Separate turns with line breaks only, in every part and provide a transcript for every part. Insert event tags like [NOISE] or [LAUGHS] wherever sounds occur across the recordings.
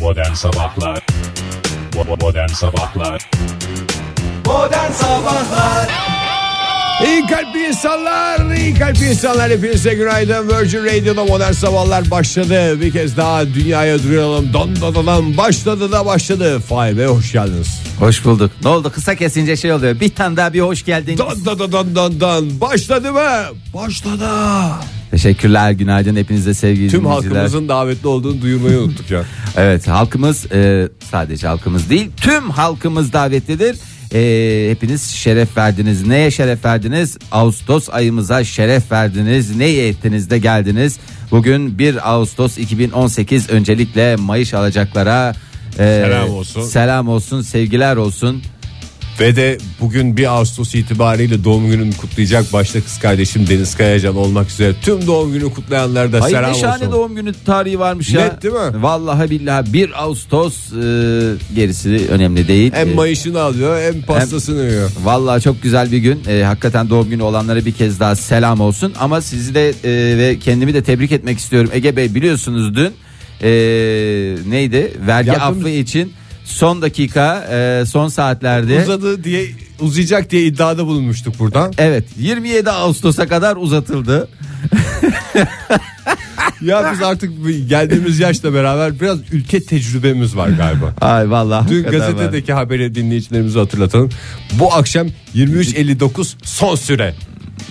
Modern Sabahlar Bo- Modern Sabahlar
Modern Sabahlar
İyi kalpli insanlar, iyi kalpli insanlar hepinize günaydın. Virgin Radio'da modern sabahlar başladı. Bir kez daha dünyaya duyuralım. Don don don don. başladı da başladı. Fay be hoş geldiniz.
Hoş bulduk. Ne oldu? Kısa kesince şey oluyor. Bir tane daha bir hoş geldin.
Don don don don don don. Başladı mı? Başladı.
Teşekkürler. Günaydın hepinize sevgili
Tüm
dinleyiciler.
halkımızın davetli olduğunu duyurmayı unuttuk ya.
Evet halkımız e, sadece halkımız değil tüm halkımız davetlidir. E, hepiniz şeref verdiniz. Neye şeref verdiniz? Ağustos ayımıza şeref verdiniz. Neye ettiniz de geldiniz. Bugün 1 Ağustos 2018 öncelikle Mayış alacaklara e,
Selam olsun.
Selam olsun, sevgiler olsun.
Ve de bugün 1 Ağustos itibariyle doğum gününü kutlayacak başta kız kardeşim Deniz Kayacan olmak üzere tüm doğum günü kutlayanlara da
Hayır
selam
ne şahane
olsun.
doğum günü tarihi varmış ya.
Net değil mi?
Vallahi billahi 1 Ağustos e, gerisi önemli değil.
Hem
E,
mayışını alıyor hem pastasını yiyor.
Vallahi çok güzel bir gün. E, hakikaten doğum günü olanlara bir kez daha selam olsun. Ama sizi de e, ve kendimi de tebrik etmek istiyorum. Ege Bey biliyorsunuz dün e, neydi? Vergi
Yardımcı-
affı için son dakika e, son saatlerde.
Uzadı diye uzayacak diye iddiada bulunmuştuk buradan.
Evet 27 Ağustos'a kadar uzatıldı.
ya biz artık bir geldiğimiz yaşla beraber biraz ülke tecrübemiz var
[LAUGHS]
galiba.
Ay vallahi.
Dün
hakikaten var.
gazetedeki haberi dinleyicilerimize hatırlatalım. Bu akşam 23.59 son süre.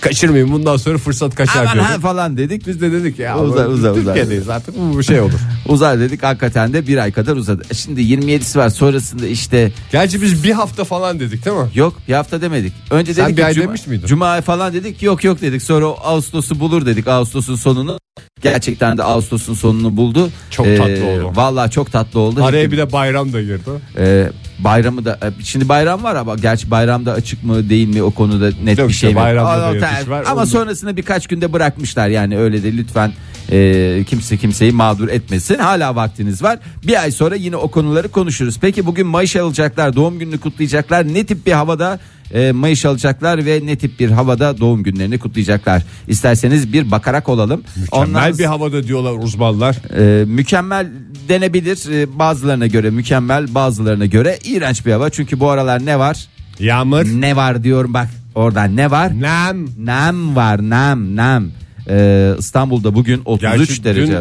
Kaçırmayın bundan sonra fırsat kaçar
Aman ha
diyorduk.
falan dedik.
Biz de dedik ya
Uzar,
bu-
uzar, uzar.
Türkiye'deyiz artık bu bir şey olur.
Uzar dedik hakikaten de bir ay kadar uzadı. E Şimdi 27'si var sonrasında işte
Gerçi biz bir hafta falan dedik değil mi?
yok bir hafta demedik. Önce
Sen
dedik
bir
ki
ay
cuma,
demiş miydin?
cuma falan dedik yok yok dedik. Sonra o Ağustos'u bulur dedik Ağustos'un sonunu. Gerçekten de Ağustos'un sonunu buldu.
Çok tatlı oldu.
Valla çok tatlı oldu.
Araya
Hepim-
bir de bayram da girdi.
e, bayramı da e, şimdi bayram var ama gerçi bayramda açık mı değil mi o konuda net
Yok
bir
işte,
şey yok.
bayramda da
Aa,
yatış
tamam.
var,
Ama
onu da-
sonrasını birkaç günde bırakmışlar yani öyle de lütfen e, kimse kimseyi mağdur etmesin. Hala vaktiniz var. Bir ay sonra yine o konuları konuşuruz. Peki bugün Mayış alacaklar, doğum gününü kutlayacaklar. Ne tip bir havada e, Mayış alacaklar ve ne tip bir havada doğum günlerini kutlayacaklar? İsterseniz bir bakarak olalım.
Mükemmel bir havada diyorlar uzmanlar.
Ee, mükemmel denebilir Ee, bazılarına göre mükemmel bazılarına göre iğrenç bir hava çünkü bu aralar ne var
Yağmur,
ne var diyorum bak oradan ne var
nem,
nem var nem nem Ee, İstanbul'da bugün 33
Gerçi
derece
Dün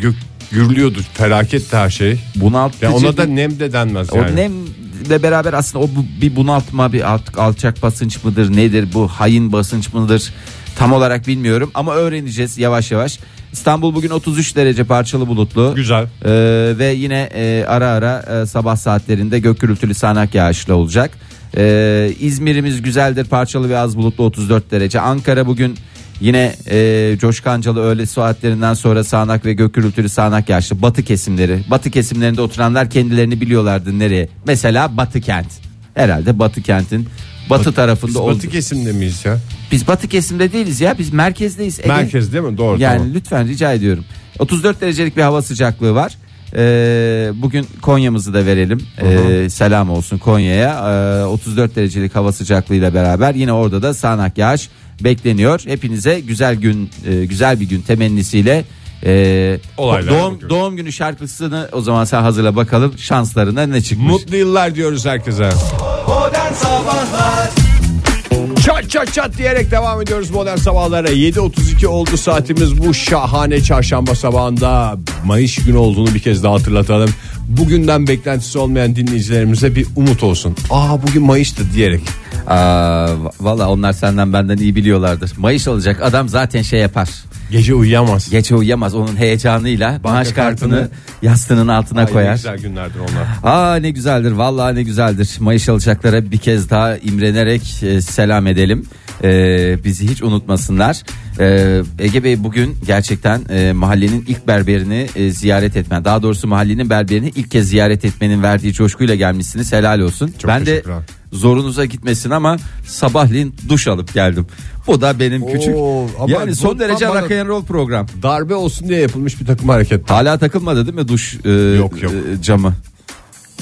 gök gürlüyordu felaket her şey.
bunaltıcı
Ya ona da
bir-
nem de denmez
o
yani.
nemle beraber aslında o bu- bir bunaltma bir alt- alçak basınç mıdır nedir bu hain basınç mıdır tam olarak bilmiyorum ama öğreneceğiz yavaş yavaş İstanbul bugün 33 derece parçalı bulutlu
Güzel.
Ee, ve yine e, ara ara e, sabah saatlerinde gök gürültülü sağanak yağışlı olacak. Ee, İzmir'imiz güzeldir parçalı ve az bulutlu 34 derece. Ankara bugün yine e, coşkancalı öğle saatlerinden sonra sağanak ve gök gürültülü sağanak yağışlı. Batı kesimleri. Batı kesimlerinde oturanlar kendilerini biliyorlardı nereye. Mesela Batı kent. Herhalde Batı kentin batı tarafında
Biz
oldu.
batı kesimde miyiz ya?
Biz batı kesimde değiliz ya. Biz merkezdeyiz. Ege-
Merkez değil mi? Doğru
E yani
tamam.
lütfen rica ediyorum. 34 derecelik bir hava sıcaklığı var. Ee, bugün Konya'mızı da verelim. Ee, selam olsun Konya'ya. Ee, 34 derecelik hava sıcaklığıyla beraber yine orada da sağanak yağış bekleniyor. Hepinize güzel gün, e, güzel bir gün temennisiyle. e,
Olaylar bugün.
doğum, doğum günü şarkısını o zaman sen hazırla bakalım şanslarına ne çıkmış.
Mutlu yıllar diyoruz herkese.
Modern Sabahlar
Çat çat çat diyerek devam ediyoruz modern sabahlara. 7.32 oldu saatimiz bu şahane çarşamba sabahında. Mayıs günü olduğunu bir kez daha hatırlatalım. Bugünden beklentisi olmayan dinleyicilerimize bir umut olsun. Aa bugün Mayıs'tı diyerek.
Aa, va- Valla onlar senden benden iyi biliyorlardır. Mayış alacak adam zaten şey yapar.
Gece uyuyamaz.
Gece uyuyamaz onun heyecanıyla maaş kartını,
kartını
yastığının altına
Ay, ne
koyar.
Güzel günlerdir onlar.
Aa ne güzeldir vallahi ne güzeldir. Mayış alacaklara bir kez daha imrenerek e, selam edelim. E, bizi hiç unutmasınlar. E, Ege Bey bugün gerçekten e, mahallenin ilk berberini e, ziyaret etmen. Daha doğrusu mahallenin berberini ilk kez ziyaret etmenin verdiği coşkuyla gelmişsiniz. Helal olsun. ben de
teşekkürler.
zorunuza gitmesin ama sabahleyin duş alıp geldim. Bu da benim küçük.
Oo, aman,
yani son
bu-
derece
aman.
rock and roll program.
Darbe olsun diye yapılmış bir takım hareket.
Hala takılmadı değil mi duş e,
Yok, yok.
e, camı?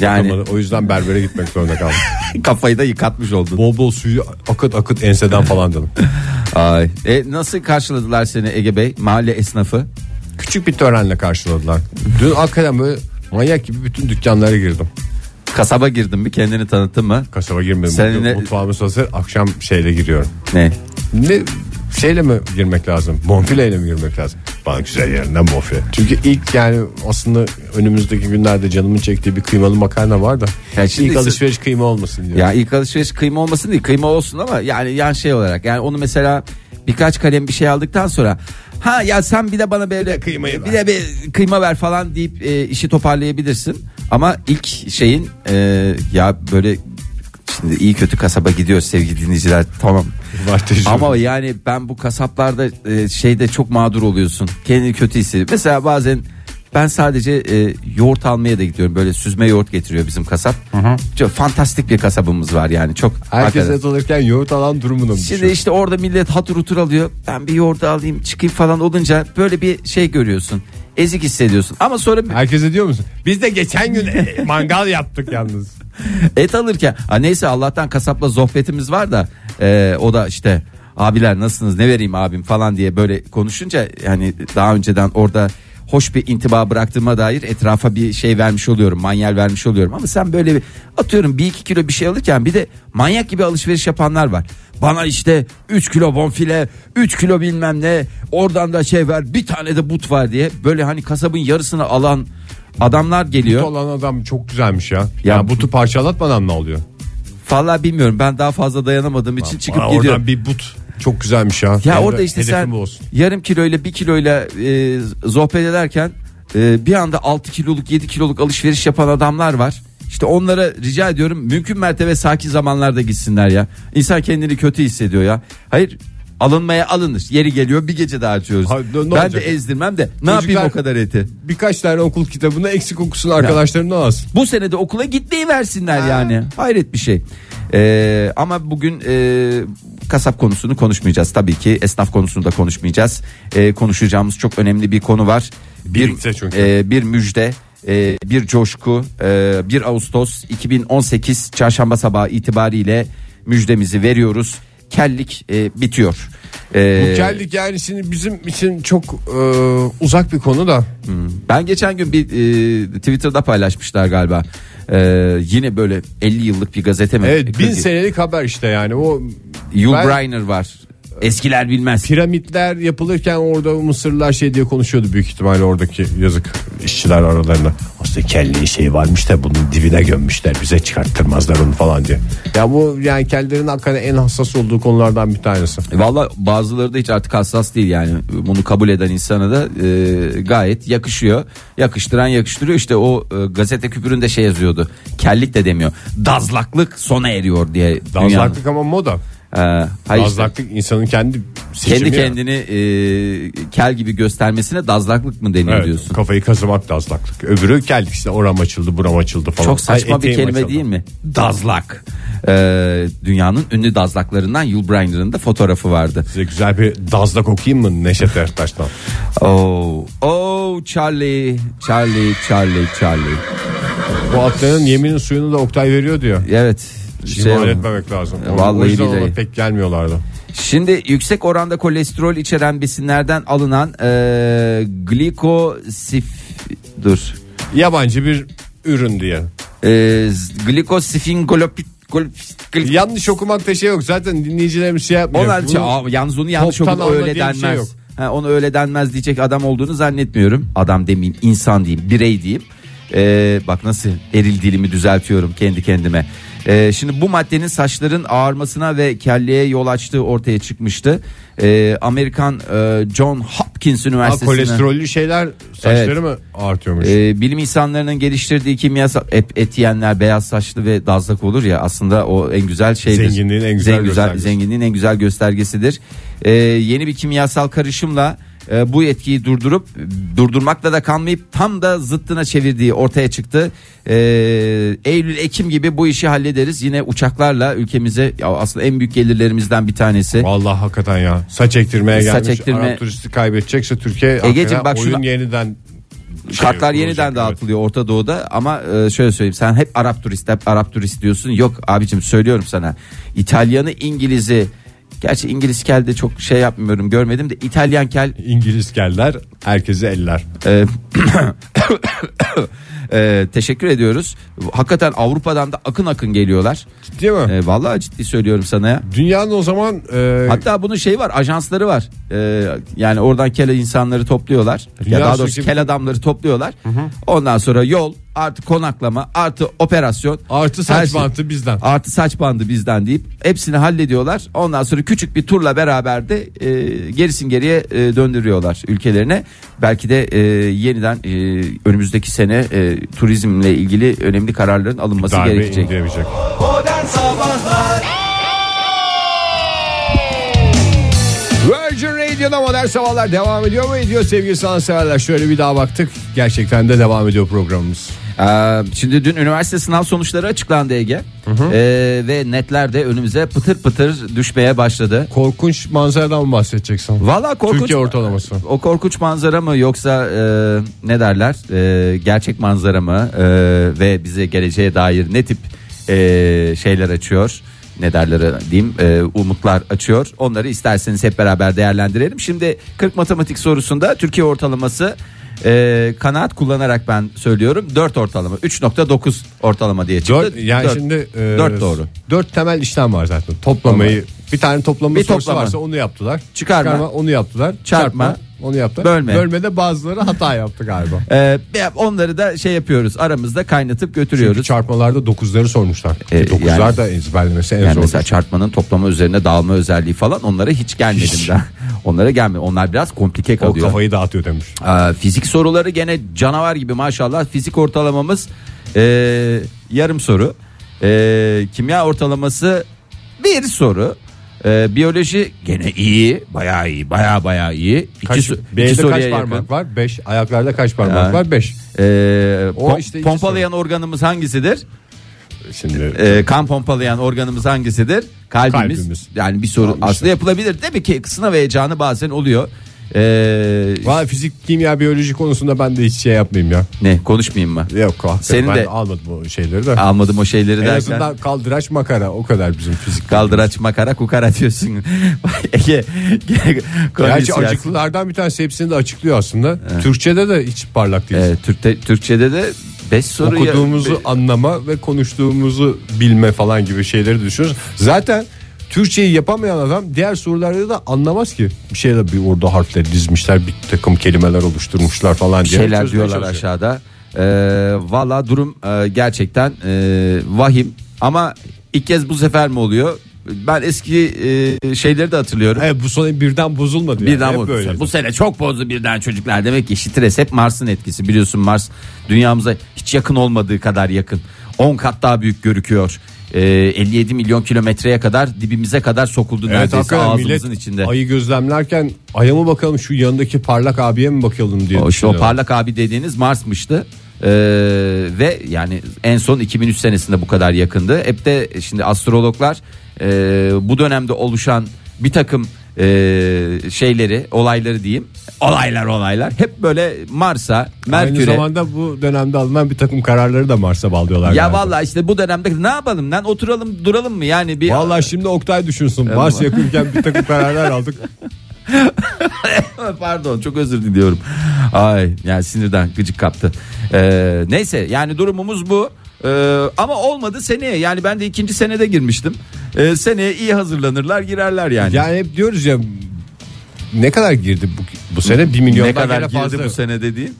Yani
Yapamadı. O yüzden berbere gitmek zorunda kaldım. [LAUGHS]
[LAUGHS] kafayı da yıkatmış oldun.
bol bol suyu akıt akıt enseden falan dedim.
Ay. E, nasıl karşıladılar seni Ege Bey mahalle esnafı?
Küçük bir törenle karşıladılar. Dün hakikaten böyle Manyak gibi bütün dükkanlara girdim.
Kasaba girdin mi kendini tanıttın mı?
Kasaba girmedim.
Sen
Bugün
ne-
Mutfağımız hazır. Akşam şeyle giriyorum.
Ne?
Ne şeyle mi girmek lazım? Bonfileyle mi girmek lazım? Bana güzel yerinden bonfile. Çünkü ilk yani aslında önümüzdeki günlerde canımın çektiği bir kıymalı makarna var da.
Ya şimdi
ilk
siz-
alışveriş kıyma olmasın diyor.
Ya ilk alışveriş kıyma olmasın değil kıyma olsun ama yani yan şey olarak yani onu mesela birkaç kalem bir şey aldıktan sonra ha ya sen bir de bana böyle
de kıymayı
bir
ver."
de bir kıyma ver falan deyip e, işi toparlayabilirsin ama ilk şeyin e, ya böyle şimdi iyi kötü kasaba gidiyor sevgili dinleyiciler tamam
Var tecrübe.
ama yani ben bu kasaplarda e, şeyde çok mağdur oluyorsun. Kendini kötü hissediyorsun. Mesela bazen ben sadece e, yoğurt almaya da gidiyorum. Böyle süzme yoğurt getiriyor bizim kasap. Çok fantastik bir kasabımız var yani. Çok
Herkes
hakikaten.
et alırken yoğurt alan durumunu mu
Şimdi işte orada millet hatır hutur alıyor. Ben bir yoğurt alayım çıkayım falan olunca böyle bir şey görüyorsun. Ezik hissediyorsun. Ama sonra bir-
Herkese diyor musun? Biz de geçen
[LAUGHS]
gün e, mangal yaptık yalnız.
et alırken ha neyse Allah'tan kasapla sohbetimiz var da e, o da işte abiler nasılsınız ne vereyim abim falan diye böyle konuşunca hani daha önceden orada hoş bir intiba bıraktığıma dair etrafa bir şey vermiş oluyorum manyel vermiş oluyorum ama sen böyle bir atıyorum bir iki kilo bir şey alırken bir de manyak gibi alışveriş yapanlar var bana işte 3 kilo bonfile 3 kilo bilmem ne oradan da şey ver bir tane de but var diye böyle hani kasabın yarısını alan adamlar geliyor
Olan adam çok güzelmiş ya. Ya,
Ya
butu parçalatmadan ne oluyor?
Vallahi bilmiyorum ben daha fazla dayanamadığım için çıkıp
Aa,
gidiyorum.
Oradan bir but. Çok güzelmiş ya.
Ya
Benim
orada
de
işte
hedefim
sen
bu olsun.
yarım kiloyla bir kiloyla e, sohbet ederken e, bir anda 6 kiloluk 7 kiloluk alışveriş yapan adamlar var. İşte onlara rica ediyorum mümkün mertebe sakin zamanlarda gitsinler ya. İnsan kendini kötü hissediyor ya. Hayır alınmaya alınır. Yeri geliyor bir gece daha açıyoruz.
Hayır, ne- ne
ben de
olacak?
ezdirmem de ne
Çocuklar-
yapayım o kadar eti.
Birkaç tane okul kitabını eksik okusun arkadaşlarından alsın.
Bu sene de okula gitmeyi versinler yani. Hayret bir şey. Ee, ama bugün e, kasap konusunu konuşmayacağız tabii ki. Esnaf konusunu da konuşmayacağız. Ee, konuşacağımız çok önemli bir konu var.
Birlikte çünkü.
e, bir müjde, e, bir coşku. E, 1 Ağustos 2018 çarşamba sabahı itibariyle müjdemizi veriyoruz. Kellik e, bitiyor. Ee,
Bu kellik yani şimdi bizim için çok e, uzak bir konu da.
Ben geçen gün bir e, Twitter'da paylaşmışlar galiba. E, yine böyle 50 yıllık bir gazete mi?
Evet bin
e, Kırk-
senelik haber işte yani o
Yul
Ben-
Brynner var. Eskiler bilmez. E,
piramitler yapılırken orada Mısırlılar şey diye konuşuyordu büyük ihtimalle oradaki yazık işçiler aralarında. Aslında kelliği şey varmış da bunun dibine gömmüşler bize çıkarttırmazlar onu falan diye. Ya bu yani kellerin hakikaten en hassas olduğu konulardan bir tanesi.
Valla bazıları da hiç artık hassas değil yani. Bunu kabul eden insana da e, gayet yakışıyor. Yakıştıran yakıştırıyor. İşte o e, gazete küpüründe şey yazıyordu. Kellik de demiyor. Dazlaklık sona eriyor diye. dünyanın-
Dazlaklık ama moda.
E, hayır işte.
Dazlaklık insanın kendi seçimi.
Kendi
ya.
kendini e, kel gibi göstermesine dazlaklık mı deniyor
Evet,
diyorsun?
kafayı kazımak dazlaklık. Öbürü kellik işte oram açıldı buram açıldı falan.
Çok saçma
Ay,
bir
eteğim
kelime
açıldı.
değil mi? Dazlak. Ee, dünyanın ünlü dazlaklarından Yul Brynner'ın da fotoğrafı vardı.
Size güzel bir dazlak okuyayım mı Neşet Ertaş'tan?
Oh, oh Charlie, Charlie, Charlie, Charlie.
Bu atların yeminin suyunu da Oktay veriyor diyor.
Evet. şey-
İhmal etmemek lazım.
E,
O- o
vallahi
yüzden
billahi.
ona pek gelmiyorlardı.
Şimdi yüksek oranda kolesterol içeren besinlerden alınan e, glikosif dur.
Yabancı bir ürün diye.
E, glikosifingolopit gol-
Yanlış okumakta şey yok. Zaten dinleyicilerimiz şey yapmıyor.
Onlar şey,
Bunu-
aa, yalnız onu yanlış
toptan
okudu
alma
öyle
diye bir
denmez.
şey yok.
Ha, onu öyle denmez diyecek adam olduğunu zannetmiyorum. Adam demeyeyim insan diyeyim birey diyeyim. Ee, bak nasıl eril dilimi düzeltiyorum kendi kendime. Ee, şimdi bu maddenin saçların ağarmasına ve kelliğe yol açtığı ortaya çıkmıştı. Ee, Amerikan e, John Hopkins
Ha,
Üniversitesi'nin...
kolesterollü şeyler saçları
Evet.
mı artıyormuş?
Ee, bilim insanlarının geliştirdiği kimyasal et, et yiyenler beyaz saçlı ve dazlak olur ya aslında o en güzel şeydir.
Zenginliğin en güzel göstergesi.
Zenginliğin en güzel göstergesidir. Ee, yeni bir kimyasal karışımla e, bu etkiyi durdurup durdurmakla da kalmayıp tam da zıttına çevirdiği ortaya çıktı. Ee, Eylül Ekim gibi bu işi hallederiz. Yine uçaklarla ülkemize ya aslında en büyük gelirlerimizden bir tanesi.
Vallahi hakikaten ya. Saç ektirmeye
Saç
gelmiş.
ektirme- E,
Arap turisti kaybedecekse Türkiye hakikaten
bak
oyun
şuna-
yeniden şey
Kartlar
kurulacak,
yeniden
evet.
dağıtılıyor Orta Doğu'da ama e, şöyle söyleyeyim sen hep Arap turist hep Arap turist diyorsun. Yok abicim söylüyorum sana. İtalyanı, İngiliz'i Gerçi İngiliz kel de çok şey yapmıyorum görmedim de İtalyan kel
İngiliz keller herkese eller.
e, Ee, teşekkür ediyoruz. Hakikaten Avrupa'dan da akın akın geliyorlar.
Değil mi?
Ee, vallahi ciddi söylüyorum sana ya.
Dünyanın o zaman e,
Hatta bunun şey var ajansları var. Ee, yani oradan kel insanları topluyorlar.
Dünya
ya daha doğrusu
sirki-
kel adamları topluyorlar. Ondan sonra yol artı konaklama artı operasyon.
artı
her
saç
şey-
bantı bizden.
Artı saç bandı bizden deyip hepsini hallediyorlar. Ondan sonra küçük bir turla beraber de e, gerisin geriye e, döndürüyorlar ülkelerine. Belki de e, yeniden e, önümüzdeki sene e, turizmle ilgili önemli kararların alınması
Darbe
gerekecek.
indirebilecek.
Modern Sabahlar
Virgin Radio'da modern sabahlar devam ediyor mu? Ediyor sevgili sanatseverler. Şöyle bir daha baktık. Gerçekten de devam ediyor programımız.
Ee, şimdi dün üniversite sınav sonuçları açıklandı Ege. Ee, ve netler de önümüze pıtır pıtır düşmeye başladı.
Korkunç manzaradan mı bahsedeceksin?
Valla korkunç.
Türkiye ortalaması.
O korkunç manzara mı yoksa e, ne derler E, gerçek manzara mı E, ve bize geleceğe dair ne tip e, şeyler açıyor ne derler diyeyim e, umutlar açıyor onları isterseniz hep beraber değerlendirelim. Şimdi 40 matematik sorusunda Türkiye ortalaması e, kanaat kullanarak ben söylüyorum 4 ortalama 3.9 ortalama diye çıktı.
Dört, yani
Dört.
şimdi e,
Dört doğru.
Dört temel işlem var zaten. Toplamayı bir tane toplama
Bir
sorusu
toplama.
varsa onu yaptılar.
Çıkarma.
onu yaptılar.
Çarpma.
onu yaptılar.
Bölme.
Bölmede bazıları hata yaptı galiba.
E, onları da şey yapıyoruz aramızda kaynatıp götürüyoruz.
Çünkü çarpmalarda dokuzları sormuşlar.
Ee,
Ki dokuzlar
yani-
da ezberlemesi en
Yani
zor.
mesela çarpmanın toplama üzerine dağılma özelliği falan onlara hiç gelmedim ben. [LAUGHS] Onlara gelmiyor. Onlar biraz komplike
o
kalıyor.
kafayı dağıtıyor demiş.
Ee, fizik soruları gene canavar gibi maşallah. Fizik ortalamamız ee, yarım soru. Ee, kimya ortalaması bir soru. Ee, biyoloji gene iyi. Bayağı iyi. Bayağı bayağı iyi. İki,
Kaç,
so- iki
B'de
soruya
kaç
yakın.
parmak var? Beş. Ayaklarda kaç parmak
Ha.
var? Beş.
Ee,
O
pom-
işte iki
pompalayan organımız hangisidir?
Şimdi e,
Ee, kan pompalayan organımız hangisidir? Kalbimiz.
Kalbimiz.
Yani bir soru
Kalmış.
aslında yapılabilir. Tabii ki sınav heyecanı bazen oluyor. Ee,
Valla fizik, kimya, biyoloji konusunda ben de hiç şey yapmayayım ya.
ne konuşmayayım mı?
Yok hakikaten
Senin
ben
de-
almadım o şeyleri de.
Almadım o şeyleri
en
derken.
azından kaldıraç makara o kadar bizim fizik.
Kaldıraç makara kukara diyorsun. [LAUGHS] Ege, konuyu
Gerçi
silersin.
açıklılardan bir tanesi hepsini de açıklıyor aslında. Türkçe'de de hiç parlak değil.
Ee, Türkte, Türkçe'de de 5 soru ya-
Okuduğumuzu anlama ve konuştuğumuzu bilme falan gibi şeyleri düşünüyoruz. Zaten Türkçeyi yapamayan adam diğer sorularda da anlamaz ki. Bir şeyle bir orada harfleri dizmişler, bir takım kelimeler oluşturmuşlar falan
bir
diye.
şeyler
çözmeye
diyorlar
çalışıyor.
aşağıda. Ee, Valla durum e, gerçekten e, vahim. Ama ilk kez bu sefer mi oluyor? Ben eski e, şeyleri de hatırlıyorum.
Evet, bu sonu birden bozulmadı. yani.
Birden
Hep
bozdu.
böyleydi.
Bu sene çok bozdu birden çocuklar. Demek ki stres hep Mars'ın etkisi. Biliyorsun Mars dünyamıza hiç yakın olmadığı kadar yakın. 10 kat daha büyük görüküyor. Ee, 57 milyon kilometreye kadar dibimize kadar sokuldu
Evet
neredeyse
hakikaten
ağzımızın
millet
içinde.
ayı gözlemlerken aya mı bakalım şu yanındaki parlak abiye mi bakalım diye
o, işte o
düşünüyorum.
parlak abi dediğiniz Mars'mıştı. Ee, ve yani en son 2003 senesinde bu kadar yakındı. Hep de şimdi astrologlar e, bu dönemde oluşan bir takım e, şeyleri, olayları diyeyim. Olaylar olaylar. Hep böyle Mars'a,
Aynı
Merkür'e.
zamanda bu dönemde alınan bir takım kararları da Mars'a bağlıyorlar.
Ya
galiba.
vallahi işte bu dönemde ne yapalım lan oturalım duralım mı yani bir
Vallahi şimdi Oktay düşünsün. Mars yakınken bir takım kararlar aldık.
Pardon çok özür diliyorum. Ay yani sinirden gıcık kaptı. Ee, neyse yani durumumuz bu. Ee, ama olmadı seneye yani ben de ikinci senede girmiştim. Ee, seneye iyi hazırlanırlar girerler yani.
Yani hep diyoruz ya ne kadar girdi bu, bu sene? 1 milyondan
ne kadar
gene
girdi
fazla.
bu sene dediğin?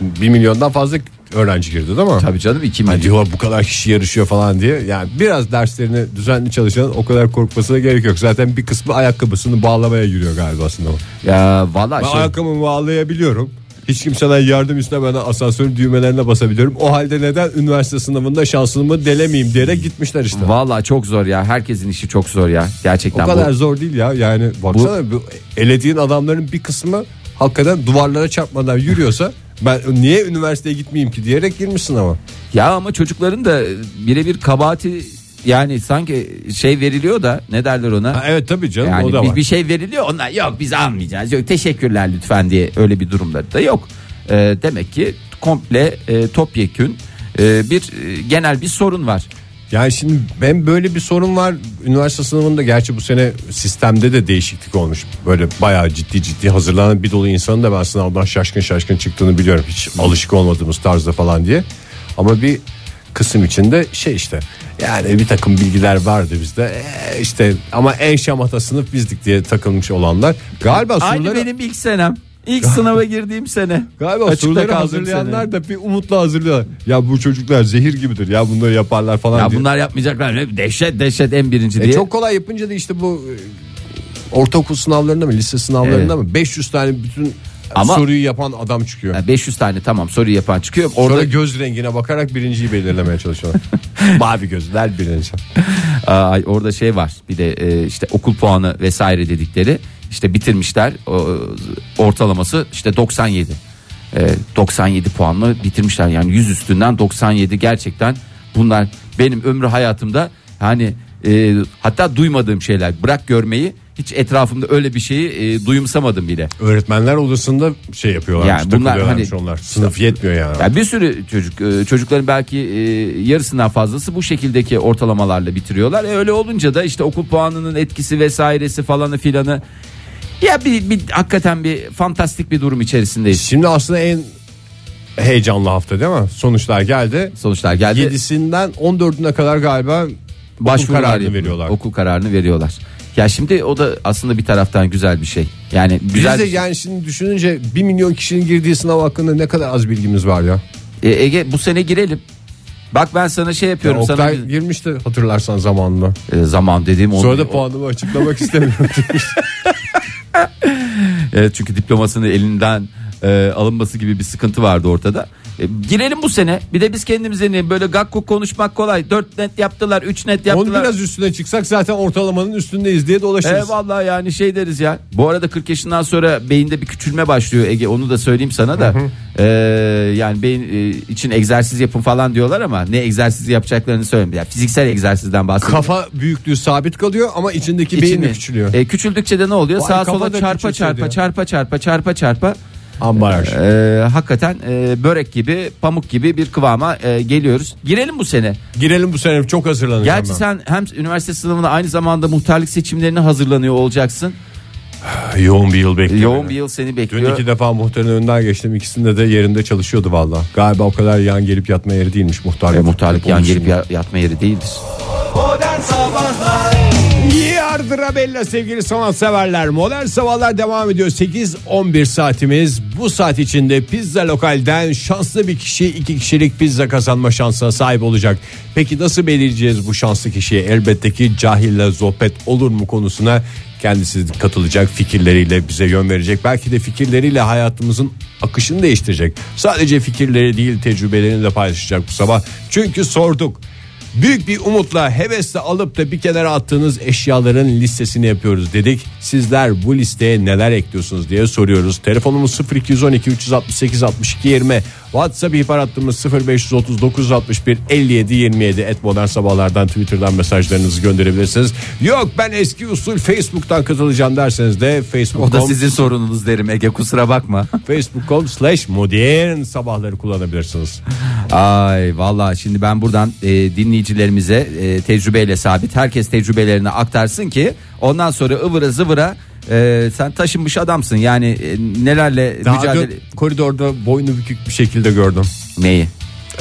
1 milyondan fazla öğrenci girdi değil mi?
Tabii canım 2
Hani
milyon.
diyorlar bu kadar kişi yarışıyor falan diye. Yani biraz derslerini düzenli çalışan o kadar korkmasına gerek yok. Zaten bir kısmı ayakkabısını bağlamaya giriyor galiba aslında.
Ya valla
Ben
şey,
ayakkabımı bağlayabiliyorum. Hiç kimseden yardım istemeden asansörün düğmelerine basabiliyorum. O halde neden üniversite sınavında şansımı delemeyeyim diyerek gitmişler işte.
valla çok zor ya. Herkesin işi çok zor ya.
O
Gerçekten
kadar
bu
zor değil ya. Yani baksana bu elediğin adamların bir kısmı hakikaten duvarlara çarpmadan yürüyorsa ben niye üniversiteye gitmeyeyim ki diyerek girmişsin ama.
Ya ama çocukların da birebir kabahati yani sanki şey veriliyor da ne derler ona?
Ha, evet tabii canım
Yani
o da
bir,
var.
bir şey veriliyor onlar yok biz almayacağız yok teşekkürler lütfen diye öyle bir durumları da yok. Ee, demek ki komple e, topyekün e, bir e, genel bir sorun var.
Yani şimdi ben böyle bir sorun var. Üniversite sınavında gerçi bu sene sistemde de değişiklik olmuş. Böyle bayağı ciddi ciddi hazırlanan bir dolu insanın da ben sınavdan şaşkın şaşkın çıktığını biliyorum. Hiç alışık olmadığımız tarzda falan diye. Ama bir kısım içinde şey işte yani bir takım bilgiler vardı bizde Ee, işte ama en şamata sınıf bizdik diye takılmış olanlar galiba
Aynı
soruları
benim ilk senem.
[LAUGHS]
İlk sınava girdiğim sene.
Galiba
Açıkta
soruları
kaldım
hazırlayanlar
sene.
da bir umutla hazırlıyorlar. Ya bu çocuklar zehir gibidir. Ya bunları yaparlar falan
Ya
diye.
bunlar yapmayacaklar. Hep Dehşet dehşet en birinci
E
diye.
çok kolay yapınca da işte bu e, ortaokul sınavlarında mı, lise sınavlarında mı 500 tane bütün
Ama-
soruyu yapan adam çıkıyor.
Ya 500 tane tamam soru yapan çıkıyor. Orada
Orada göz rengine bakarak birinciyi belirlemeye
[LAUGHS]
çalışıyorlar. Mavi gözler birinci.
Ay, orada şey var bir de e, işte okul puanı vesaire dedikleri işte bitirmişler o, ortalaması işte 97 E, 97 puanla bitirmişler yani 100 üstünden 97 gerçekten bunlar benim ömrü hayatımda hani e, hatta duymadığım şeyler bırak görmeyi hiç etrafımda öyle bir şeyi e, duyumsamadım bile.
Öğretmenler odasında şey yapıyorlar.
Yani bunlar hani-
onlar. Sınıf yetmiyor yani.
Ya bir sürü çocuk e, çocukların belki e, yarısından fazlası bu şekildeki ortalamalarla bitiriyorlar. E, öyle olunca da işte okul puanının etkisi vesairesi falanı filanı ya bir, bir hakikaten bir fantastik bir durum içerisindeyiz.
Şimdi aslında en heyecanlı hafta değil mi? Sonuçlar geldi.
Sonuçlar geldi.
7'sinden 14'üne kadar galiba
Başvurular
kararını
yapıldı.
veriyorlar.
Okul kararını veriyorlar. Ya şimdi o da aslında bir taraftan güzel bir şey. Yani güzel
Biz de
bir şey.
yani şimdi düşününce 1 milyon kişinin girdiği sınav hakkında ne kadar az bilgimiz var ya.
E, Ege bu sene girelim. Bak ben sana şey yapıyorum
Oktay
sana
girmişti hatırlarsan zamanında.
E, zaman dediğim o.
Sonra da puanımı
[LAUGHS]
açıklamak istemiyorum.
E, çünkü diplomasının elinden e, alınması gibi bir sıkıntı vardı ortada. E, girelim bu sene. Bir de biz kendimize ne böyle gakko konuşmak kolay. 4 net yaptılar, 3 net
Onun
yaptılar.
biraz üstüne çıksak zaten ortalamanın üstündeyiz diye dolaşırız.
E vallahi yani şey deriz ya. Bu arada 40 yaşından sonra beyinde bir küçülme başlıyor Ege. Onu da söyleyeyim sana da. E, yani beyin e, için egzersiz yapın falan diyorlar ama ne egzersiz yapacaklarını söylemiyor. Ya fiziksel egzersizden bahsediyorum.
Kafa büyüklüğü sabit kalıyor ama içindeki beyin de
İçini-
küçülüyor.
E, küçüldükçe de ne oluyor?
Vay,
Sağa
kafa
sola
da
çarpa
küçülse
çarpa,
diyor.
çarpa çarpa çarpa çarpa
Ambalaj.
Ee, hakikaten e, börek gibi pamuk gibi bir kıvama e, geliyoruz. Girelim bu sene.
Girelim bu sene çok hazırlanacağım
Gerçi
ben.
sen hem üniversite sınavına aynı zamanda muhtarlık seçimlerine hazırlanıyor olacaksın.
Yoğun bir yıl bekliyorum.
Yoğun bir yıl seni
Dün
bekliyor.
iki defa muhtarın önünden geçtim. İkisinde de yerinde çalışıyordu valla. Galiba o kadar yan gelip yatma yeri değilmiş muhtarlık.
E, muhtarlık yan
Onun için
gelip ya- yatma yeri değildir.
Modern Sabahlar
Yardıra bella sevgili sanatseverler. Modern Sabahlar devam ediyor. 8-11 saatimiz. Bu saat içinde pizza lokalden şanslı bir kişi iki kişilik pizza kazanma şansına sahip olacak. Peki nasıl belirleyeceğiz bu şanslı kişiyi? Elbette ki cahille sohbet olur mu konusuna kendisi katılacak fikirleriyle bize yön verecek. Belki de fikirleriyle hayatımızın akışını değiştirecek. Sadece fikirleri değil tecrübelerini de paylaşacak bu sabah. Çünkü sorduk. Büyük bir umutla hevesle alıp da bir kenara attığınız eşyaların listesini yapıyoruz dedik. Sizler bu listeye neler ekliyorsunuz diye soruyoruz. Telefonumuz 0212 368 62 20. WhatsApp ihbar hattımız 0539 61 57 27 et modern sabahlardan Twitter'dan mesajlarınızı gönderebilirsiniz. Yok ben eski usul Facebook'tan katılacağım derseniz de
O da
facebook.com
sizin sorununuz derim Ege kusura bakma.
facebook.com slash modern sabahları kullanabilirsiniz.
[LAUGHS] Ay vallahi şimdi ben buradan e, dinleyicilerimize e, tecrübeyle sabit herkes tecrübelerini aktarsın ki ondan sonra ıvıra zıvıra e, sen taşınmış adamsın yani e, nelerle
Daha
mücadele
dün koridorda boynu bükük bir şekilde gördüm.
neyi?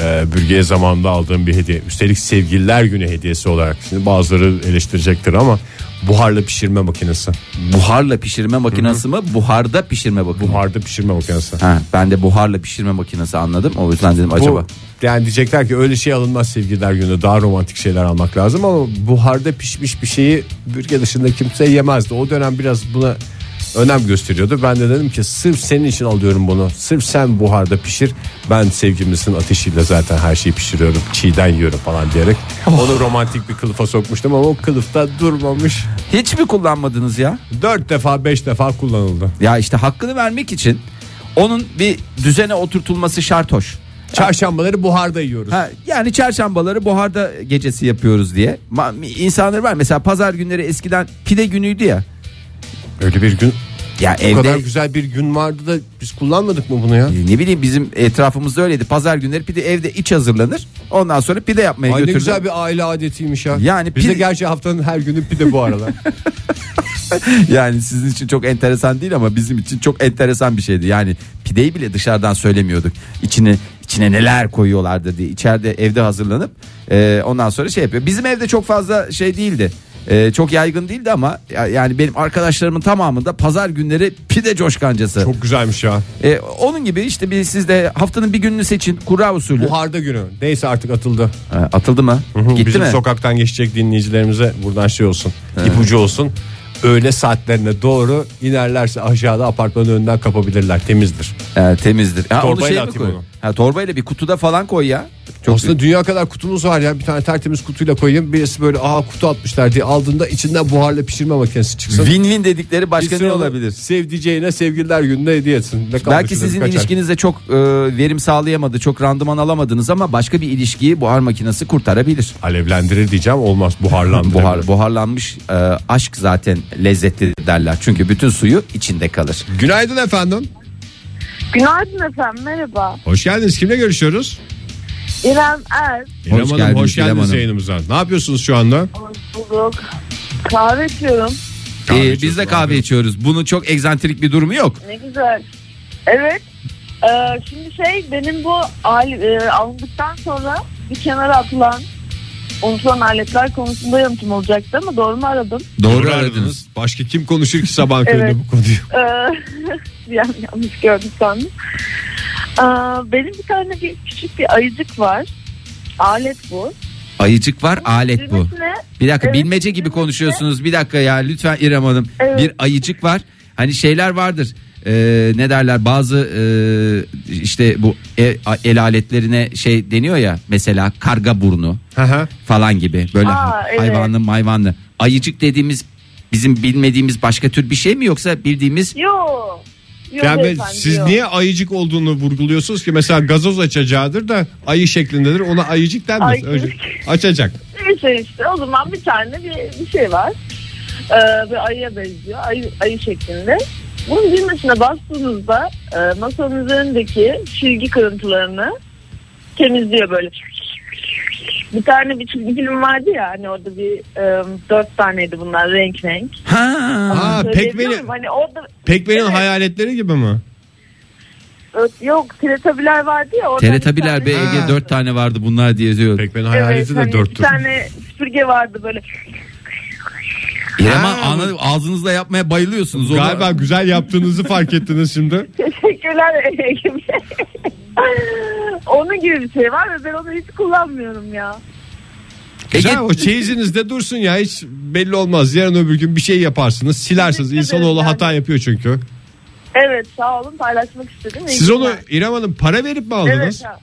e, bürgeye zamanında aldığım bir hediye. Üstelik sevgililer günü hediyesi olarak. Şimdi bazıları eleştirecektir ama buharlı pişirme makinesi.
Buharla pişirme makinesi mi? Buharda pişirme makinesi.
Buharda pişirme makinesi.
Ha, ben de buharla pişirme makinesi anladım. O yüzden dedim acaba.
Bu, yani diyecekler ki öyle şey alınmaz sevgililer günü daha romantik şeyler almak lazım ama buharda pişmiş bir şeyi bürge dışında kimse yemezdi. O dönem biraz buna önem gösteriyordu. Ben de dedim ki sırf senin için alıyorum bunu. Sırf sen buharda pişir. Ben sevgimizin ateşiyle zaten her şeyi pişiriyorum. Çiğden yiyorum falan diyerek.
Oh.
Onu romantik bir kılıfa sokmuştum ama o kılıfta durmamış.
Hiç mi kullanmadınız ya?
Dört defa beş defa kullanıldı.
Ya işte hakkını vermek için onun bir düzene oturtulması şart hoş.
Çarşambaları buharda yiyoruz.
Ha, yani çarşambaları buharda gecesi yapıyoruz diye. Ma- insanlar var mesela pazar günleri eskiden pide günüydü ya.
Öyle bir gün
Ya
Bu
evde
kadar güzel bir gün vardı da biz kullanmadık mı bunu ya?
ne bileyim bizim etrafımızda öyleydi. Pazar günleri pide evde iç hazırlanır. Ondan sonra pide yapmaya
Ay ne
götürülür.
güzel bir aile adetiymiş ya.
Yani
Bizde
pil-
gerçi haftanın her günü pide bu
[LAUGHS]
aralar.
Yani sizin için çok enteresan değil ama bizim için çok enteresan bir şeydi. Yani pideyi bile dışarıdan söylemiyorduk. İçine içine neler koyuyorlardı diye içeride evde hazırlanıp e, ondan sonra şey yapıyor. Bizim evde çok fazla şey değildi. E, çok yaygın değildi ama ya- yani benim arkadaşlarımın tamamında pazar günleri pide coşkancası.
Çok güzelmiş ya.
E, onun gibi işte bir siz de haftanın bir gününü seçin kura usulü.
Buharda günü. Neyse artık atıldı.
E, atıldı mı? Gitti
Bizim
mi?
sokaktan geçecek dinleyicilerimize buradan şey olsun. ipucu olsun. Öğle saatlerine doğru inerlerse aşağıda apartmanın önünden kapabilirler. Temizdir.
E, temizdir. Ha,
Torbayla
şey mi
atayım
koy?
onu.
Ha, torbayla bir kutuda falan koy ya. Çok
Aslında dünya kadar kutumuz var ya. Bir tane tertemiz kutuyla koyayım. Birisi böyle aha kutu atmışlar diye aldığında içinden buharla pişirme makinesi çıksın.
Win-win dedikleri başka
Gitsin
ne
onu
olabilir?
Sevdiceğine sevgililer gününe hediye etsin. Ne kaldı
Belki
şurada
sizin
birkaç ay?
ilişkinizde çok e, verim sağlayamadı, çok randıman alamadınız ama başka bir ilişkiyi buhar makinesi kurtarabilir.
Alevlendirir diyeceğim olmaz buharlandırır.
Buhar, buharlanmış e, aşk zaten lezzetli derler. Çünkü bütün suyu içinde kalır.
Günaydın efendim.
Günaydın efendim merhaba.
Hoş geldiniz. Kimle görüşüyoruz?
İrem Er.
İrem Hanım
geldiniz,
hoş
İrem
geldiniz
Hanım.
yayınımıza. Ne yapıyorsunuz şu anda?
Hoş bulduk. Kahve içiyorum.
Kahve
E, biz
içiyoruz,
de kahve içiyoruz. Bunun çok egzantrik bir durumu yok.
Ne güzel. Evet. Ee, şimdi şey benim bu al, e, alındıktan sonra bir kenara atılan unutulan aletler konusunda yanıtım olacaktı ama doğru mu aradım?
Doğru aradınız.
Başka kim konuşur ki sabah köründe
Evet.
bu konuyu?
[LAUGHS] Ee, yani yanlış gördüm sandım. Ee, benim bir tane bir küçük bir ayıcık var. Alet bu.
Ayıcık var, alet bu.
Düğmesine-
Bir dakika
Evet,
bilmece gibi
bilmece.
konuşuyorsunuz. Bir dakika ya lütfen İrem Hanım.
Evet.
Bir ayıcık var. Hani şeyler vardır. Ee, ne derler bazı e, işte bu e- a- el, aletlerine şey deniyor ya mesela karga burnu falan gibi böyle
Aa,
ha-
evet.
hayvanlı mayvanlı ayıcık dediğimiz bizim bilmediğimiz başka tür bir şey mi yoksa bildiğimiz
Yo. Yo
Yani ben-
beyefendi,
siz
yo.
niye ayıcık olduğunu vurguluyorsunuz ki mesela gazoz açacağıdır da ayı şeklindedir ona ayıcık denmez.
Ayıcık.
Önce açacak.
Bir şey işte o zaman bir tane bir, bir şey var. Ee, bir ayıya benziyor. Ayı, ayı şeklinde. Bunun düğmesine bastığınızda e, masanın üzerindeki silgi kırıntılarını temizliyor böyle. Bir tane bir çizgi film vardı ya hani orada bir e, dört taneydi bunlar renk renk.
ha
Ha,
Söyleyebiliyor
pekmeni-
muyum? Hani orada
Pekmenin
Evet.
hayaletleri gibi mi?
ö- e, yok teletabiler vardı ya. oradan bir
teretabiler
tane-
be
Ha.
Ege dört tane vardı bunlar diye diyor.
Pekmenin
Evet,
hayaleti
hani
de dört
bir
tür.
tane süpürge vardı böyle.
İrem
Ha.
Hanım, anladım, ağzınızla yapmaya bayılıyorsunuz. Onu-
Galiba güzel yaptığınızı fark ettiniz şimdi.
Teşekkürler Ege'm. Onun gibi bir şey var ve ben onu hiç kullanmıyorum ya.
E
Güzel o çeyizinizde dursun ya hiç belli olmaz. Yarın öbür gün bir şey yaparsınız silersiniz.
Teşekkür ederim
İnsanoğlu
yani.
hata yapıyor çünkü.
Evet sağ olun paylaşmak istedim. İyi
Siz onu
günler.
İrem Hanım para verip mi
Evet
aldınız?
ya.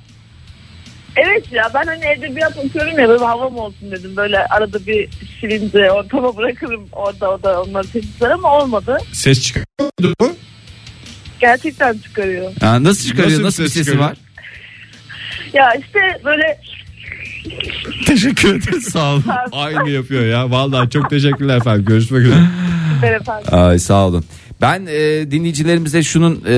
Evet ya ben hani edebiyat okuyorum ya böyle havam olsun dedim. Böyle arada bir silince ortama bırakırım orada o da onları temizler ama olmadı.
Ses çıkıyordu mu?
Gerçekten çıkarıyor.
Ha, nasıl çıkarıyor?
Nasıl
Nasıl,
bir
bir
ses
sesi
çıkarıyor?
var?
Ya işte böyle
[LAUGHS] Teşekkür ederim. Sağ olun.
[LAUGHS] Aynı yapıyor ya. Vallahi çok teşekkürler efendim. Görüşmek üzere.
süper efendim.
Ay sağ olun. Ben e, dinleyicilerimize şunun e,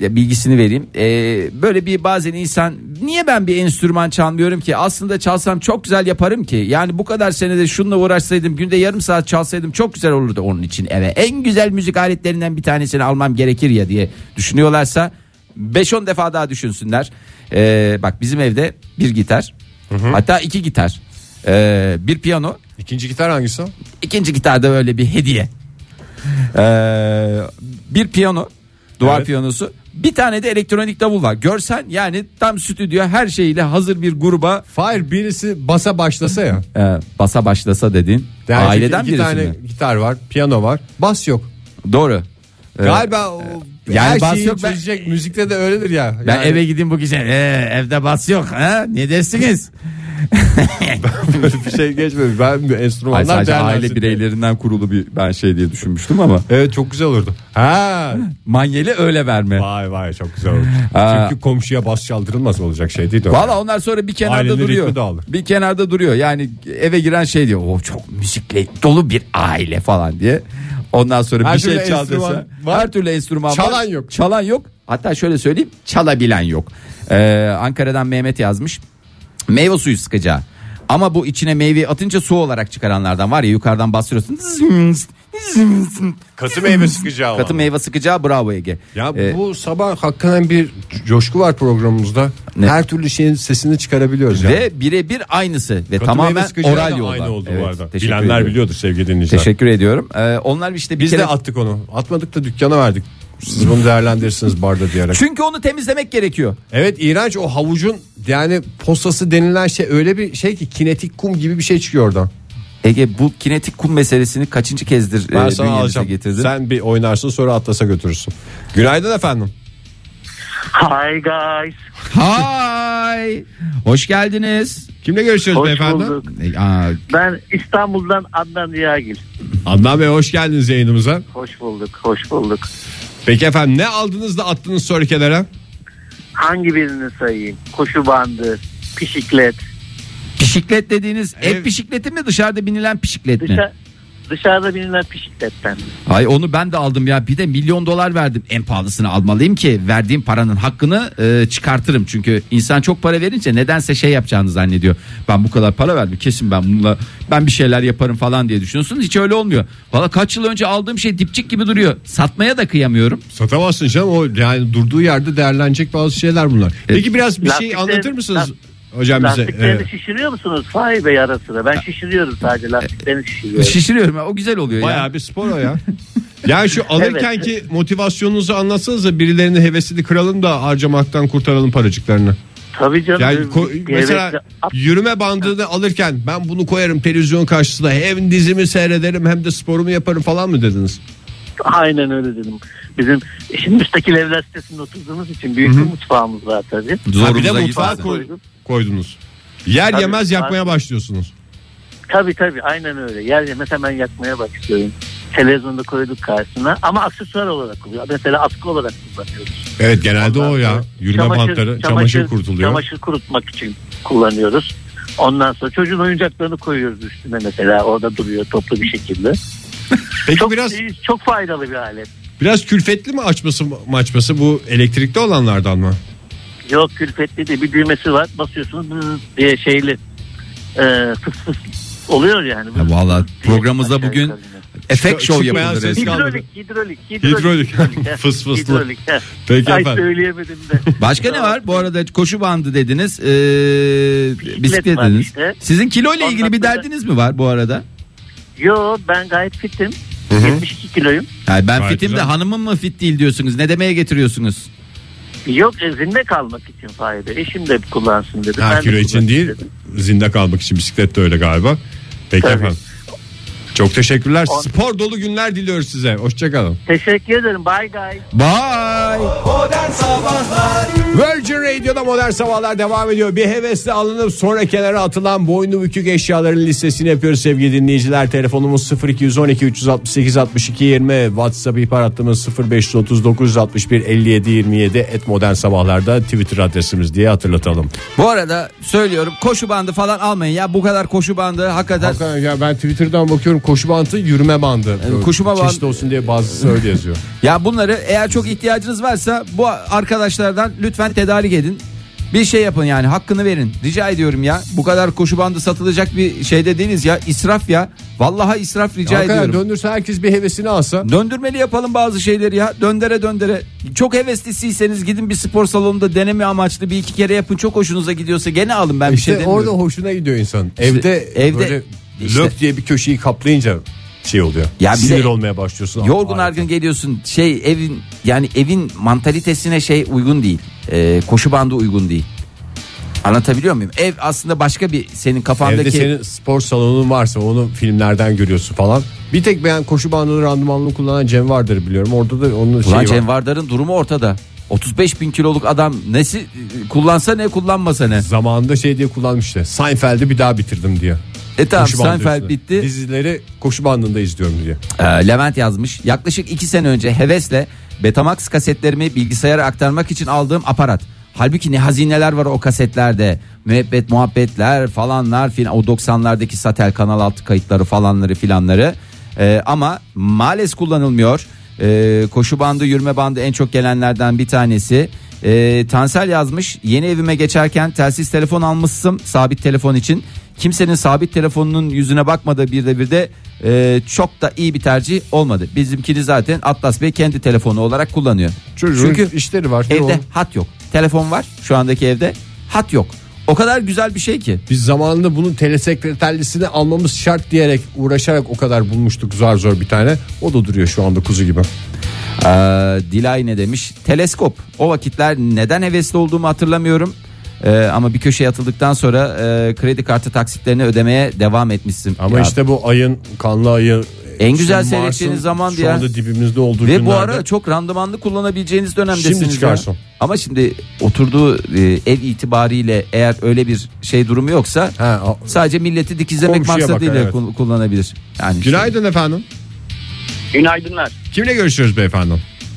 ya bilgisini vereyim. E, böyle bir bazen insan niye ben bir enstrüman çalmıyorum ki? Aslında çalsam çok güzel yaparım ki. Yani bu kadar senede şununla uğraşsaydım günde yarım saat çalsaydım çok güzel olurdu onun için eve. En güzel müzik aletlerinden bir tanesini almam gerekir ya diye düşünüyorlarsa 5-10 defa daha düşünsünler. E, bak bizim evde bir gitar hatta iki gitar e, bir piyano
İkinci gitar hangisi? o?
İkinci gitarda böyle bir hediye. Ee, bir piyano, duvar
Evet.
piyanosu. Bir tane de elektronik davul var. Görsen yani tam stüdyo her şeyiyle hazır bir gruba
Hayır birisi basa başlasa ya.
e, basa başlasa dedin.
Yani
Aileden
iki
birisi
tane
mi?
gitar var, piyano var, bas yok.
Doğru. Ee,
Galiba o
Yani
her
bas
şeyi
yok, ben-
çözecek müzikte de öyledir ya.
ben
Yani
eve gideyim bu gece. Ee, evde bas yok. Ha? Ne dersiniz?
böyle [LAUGHS] bir şey geçmedi. Ben bir
Ay,
enstrümanlar
sadece
değerlendirdim.
aile bireylerinden kurulu bir ben şey diye düşünmüştüm ama.
Evet çok güzel olurdu. Ha.
Manyeli öyle verme.
Vay vay çok güzel olurdu.
Ha.
Çünkü komşuya bas çaldırılmaz olacak şey değil. o.
Valla onlar sonra bir kenarda
Ailenin ritmi
duruyor.
de alır.
Bir "Oh, kenarda duruyor. Yani eve giren şey diyor. O çok müzikle dolu bir aile falan diye. Ondan sonra
Her
bir şey
türlü
çal
enstrüman
dese-
var.
Her türlü enstrüman var.
Çalan yok.
Çalan yok. Hatta şöyle söyleyeyim çalabilen yok. Ee, Ankara'dan Mehmet yazmış. Meyve suyu sıkacağı. Ama bu içine meyveyi atınca su olarak çıkaranlardan var ya yukarıdan bastırıyorsun. Zınz, zınz.
Katı meyve sıkacağı olan.
Katı meyve sıkacağı bravo Ege.
Ya
Ee,
bu sabah hakikaten bir coşku var programımızda.
Ne?
Her türlü şeyin sesini çıkarabiliyoruz. yani.
ve birebir aynısı ve
Katı meyve
tamamen
sıkacağı da
oral yolla.
Aynı oldu
Evet,
bu arada.
teşekkür
Bilenler
ediyorum.
biliyordur sevgili dinleyiciler.
Teşekkür ediyorum. Ee, onlar işte bir
Biz
kere...
de attık onu. Atmadık da dükkana verdik. Siz bunu değerlendirirsiniz barda diyerek.
Çünkü onu temizlemek gerekiyor.
Evet iğrenç o havucun yani postası denilen şey öyle bir şey ki kinetik kum gibi bir şey çıkıyor oradan.
Ege bu kinetik kum meselesini kaçıncı kezdir
Ben
e,
sana
bünyemize
alacağım.
getirdin?
Sen bir oynarsın sonra atlasa götürürsün. Günaydın efendim.
Hi guys.
Hay! Hoş geldiniz.
Kimle görüşüyoruz
Hoş
beyefendi?
bulduk.
E, aa,
Ben İstanbul'dan Adnan Riyagil.
Adnan Bey hoş geldiniz yayınımıza.
Hoş bulduk, hoş bulduk.
Peki efendim ne aldınız da attınız sonra kenara?
Hangi birini sayayım? Koşu bandı, pişiklet.
Pişiklet dediğiniz
Evet.
ev pişikleti mi dışarıda binilen pişiklet mi?
Dışa- dışarıda bilinen pişikletten.
Ay onu ben de aldım ya bir de milyon dolar verdim en pahalısını almalıyım ki verdiğim paranın hakkını e, çıkartırım çünkü insan çok para verince nedense şey yapacağını zannediyor ben bu kadar para verdim kesin ben bununla ben bir şeyler yaparım falan diye düşünüyorsun hiç öyle olmuyor valla kaç yıl önce aldığım şey dipçik gibi duruyor satmaya da kıyamıyorum
Satamazsın canım o yani durduğu yerde değerlenecek bazı şeyler bunlar.
E,
Peki biraz bir şey
Lastikleri-
anlatır mısınız
last-
hocam bize?
Lastiklerini
Ee,
şişiriyor musunuz? Fahir Bey ara sıra. Ben şişiriyorum sadece
E,
lastiklerini şişiriyorum.
şişiriyorum ya, o güzel oluyor ya.
Bayağı bir spor o
[LAUGHS]
ya. Yani şu alırken ki motivasyonunuzu anlatsanız da birilerinin hevesini kıralım da harcamaktan kurtaralım paracıklarını.
Tabii canım.
Yani
bir-
ko-
bir
mesela
hevesle at-
yürüme bandını alırken ben bunu koyarım televizyon karşısında hem dizimi seyrederim hem de sporumu yaparım falan mı dediniz?
Aynen öyle dedim. Bizim şimdi müstakil evler sitesinde oturduğumuz için büyük bir mutfağımız var tabii.
Ha, bir de
Zorunuza
mutfağa
gitmesin.
koy- koydunuz. Yer
Tabii,
yemez yakmaya
tabii.
başlıyorsunuz.
Tabii tabii aynen öyle. Yer yemez hemen yakmaya başlıyorum. Televizyonda koyduk karşısına ama aksesuar olarak kullanıyoruz. Mesela askı olarak kullanıyoruz.
Evet genelde
Ondan
o ya.
sonra
Yürüme bantları, çamaşır, kurutuluyor.
Çamaşır kurutmak için kullanıyoruz. Ondan sonra çocuğun oyuncaklarını koyuyoruz üstüne mesela. Orada duruyor toplu bir şekilde.
Peki
Çok,
biraz
çok faydalı bir alet.
biraz külfetli mi açması mı açması bu elektrikli olanlardan mı?
Yok külfetli de bir düğmesi var. Basıyorsunuz bzzz diye şeyli. E, fıs fıs oluyor yani.
Ya vallahi programımızda
Aşağı
bugün
yukarı.
efekt
Çıkmayan
şov yapıldı
ses
resmen.
kalmadı.
Hidrolik, hidrolik,
Hidrolik.
hidrolik.
[LAUGHS]
hidrolik.
Fıs fıslı.
Hidrolik. heh.
Peki
Ay
efendim.
söyleyemedim de.
Başka ne var? Bu arada koşu bandı dediniz. ee, bisiklet
var
dediniz.
işte.
Sizin kilo ile
Ondan
ilgili bir
sonra-
derdiniz mi var bu arada?
Yo ben gayet fitim. 72 kiloyum.
Yani ben
Gayet
fitim de
güzel.
hanımım mı fit değil diyorsunuz. Ne demeye getiriyorsunuz?
Yok e, zinde kalmak için fayda. Eşim de kullansın dedi.
Ha,
ben de
kilo için
kullanayım
değil
dedim.
zinde kalmak için bisiklet de öyle galiba. Peki
Tabii.
efendim. Çok teşekkürler.
On-
Spor dolu günler diliyoruz size. Hoşçakalın.
Teşekkür ederim. Bye guys.
Bye.
Modern Sabahlar
Virgin Radio'da modern sabahlar devam ediyor. Bir hevesle alınıp sonra kenara atılan boynu bükük eşyaların listesini yapıyoruz sevgili dinleyiciler. Telefonumuz 0212 368 62 20 WhatsApp ihbar hattımız 0539 61 57 27 et modern sabahlarda Twitter adresimiz diye hatırlatalım.
Bu arada söylüyorum koşu bandı falan almayın ya. Bu kadar koşu bandı hakikaten.
ya ben Twitter'dan bakıyorum koşu bandı yürüme bandı.
koşuma Çeşit bandı-
olsun diye bazısı öyle yazıyor.
Ya bunları eğer çok ihtiyacınız varsa bu arkadaşlardan lütfen tedarik edin. Bir şey yapın yani hakkını verin. Rica ediyorum ya. Bu kadar koşu bandı satılacak bir şeyde değiliz ya. İsraf ya. Vallahi israf rica ediyorum.
döndürse herkes bir hevesini alsa.
Döndürmeli yapalım bazı şeyleri ya. Döndere döndere. Çok heveslisiyseniz gidin bir spor salonunda deneme amaçlı bir iki kere yapın. Çok hoşunuza gidiyorsa gene alın ben bir şey
İşte orada
demiyorum.
hoşuna gidiyor insan. evde
evde-
böyle
işte-
lök diye bir köşeyi kaplayınca şey oluyor.
Ya bir
sinir
de-
olmaya başlıyorsun.
Yorgun
Harika.
argın geliyorsun. Şey evin yani evin mantalitesine şey uygun değil. Ee, koşu bandı uygun değil. Anlatabiliyor muyum? Ev aslında başka bir senin
Evde
kafandaki
senin spor salonun varsa onu filmlerden görüyorsun falan. Bir tek ben koşu bandını randımanlı kullanan Cem vardır biliyorum. Orada da onun şeyi
Ulan
var.
Cem Vardar'ın durumu ortada. 35 bin kiloluk adam nesi e, kullansa ne kullanmasa ne.
Zamanında şey diye kullanmıştı. Seinfeld'i bir daha bitirdim diye.
E tamam
Koşu bandı
Seinfeld
üstüne.
bitti.
Dizileri koşu bandında izliyorum diye.
Ee, Levent yazmış. Yaklaşık 2 sene önce hevesle Betamax kasetlerimi bilgisayara aktarmak için aldığım aparat. Halbuki ne hazineler var o kasetlerde. Müebbet muhabbetler falanlar filan. O 90'lardaki Satel Kanal 6 kayıtları falanları filanları. E, ama maalesef kullanılmıyor. E, koşu bandı, yürüme bandı en çok gelenlerden bir tanesi. E, Tansel yazmış yeni evime geçerken telsiz telefon almışsın sabit telefon için. Kimsenin sabit telefonunun yüzüne bakmadığı bir de bir de e, çok da iyi bir tercih olmadı. Bizimkini zaten Atlas Bey kendi telefonu olarak kullanıyor.
Çocuğun
Çünkü
işleri var.
evde
Yoğun.
hat yok. Telefon var şu andaki evde hat yok. O kadar güzel bir şey ki.
Biz zamanında bunun telesekreterlisini almamız şart diyerek uğraşarak o kadar bulmuştuk zar zor bir tane. O da duruyor şu anda kuzu gibi.
Ee, Dilay ne demiş? Teleskop. O vakitler neden hevesli olduğumu hatırlamıyorum. Ee, ama bir köşeye atıldıktan sonra e, kredi kartı taksitlerini ödemeye devam etmişsin.
Ama
Ya,
işte bu ayın kanlı ayı.
En
işte
güzel
Mars'ın
seyrettiğiniz zamandı
Şu
ya.
anda dibimizde olduğu
ve
günlerde.
bu ara çok randımanlı kullanabileceğiniz dönemdesiniz.
Şimdi
ya.
çıkarsın.
Ama şimdi oturduğu e, ev itibariyle eğer öyle bir şey durumu yoksa
Ha, o-
sadece milleti dikizlemek
Komşuya bakar,
maksadıyla
evet.
kul- kullanabilir. Yani işte-
Günaydın efendim.
Günaydınlar.
Kimle görüşüyoruz beyefendi?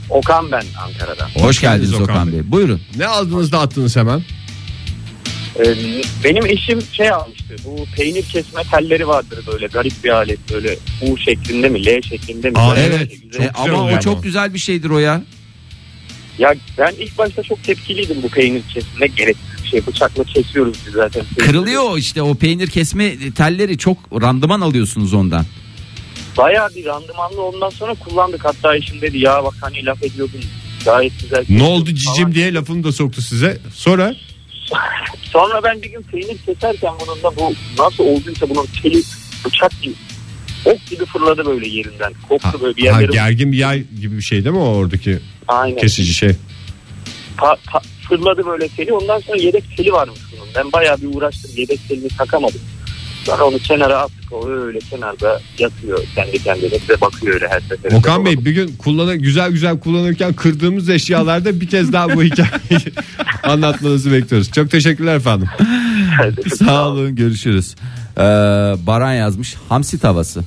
Okan ben Ankara'dan.
Hoş geldiniz Okan Bey. Buyurun.
Ne aldınız da attınız hemen?
Ee, benim eşim şey almıştı. Bu peynir kesme telleri vardır böyle garip bir alet. Böyle U şeklinde mi L şeklinde mi?
Aa,
Böyle
evet.
güzel.
E, ama o
oluyor
çok
ama.
güzel bir şeydir o ya.
Ya ben ilk başta çok tepkiliydim bu peynir kesmine. Gereksiz bir şey. Bıçakla kesiyoruz biz zaten. peyniri.
Kırılıyor işte o peynir kesme telleri çok randıman alıyorsunuz ondan.
Bayağı bir randımanlı ondan sonra kullandık. Hatta eşim dedi ya bak hani laf ediyordun. Gayet güzel.
Ne
kesiyorsun
oldu cicim
falan.
diye lafını da soktu size. Sonra
Sonra ben bir gün peynir keserken bunun da bu nasıl olduysa bunun teli bıçak gibi ok gibi fırladı böyle yerinden. Koptu böyle bir
ha,
yerlere.
gergin bir yay gibi bir şey değil mi o oradaki
Aynen.
kesici şey?
Pa- pa- fırladı böyle teli. Ondan sonra yedek teli varmış bunun. Ben bayağı bir uğraştım. Yedek telini takamadım. Sonra onu kenara attık. O öyle kenarda yatıyor kendi kendine. Bize bakıyor öyle her seferinde.
Okan Bey bir gün kullanır, güzel güzel kullanırken kırdığımız eşyalarda bir kez daha bu hikayeyi [LAUGHS] anlatmanızı bekliyoruz. Çok teşekkürler efendim.
[LAUGHS] Sağ olun görüşürüz. Ee, Baran yazmış hamsi tavası.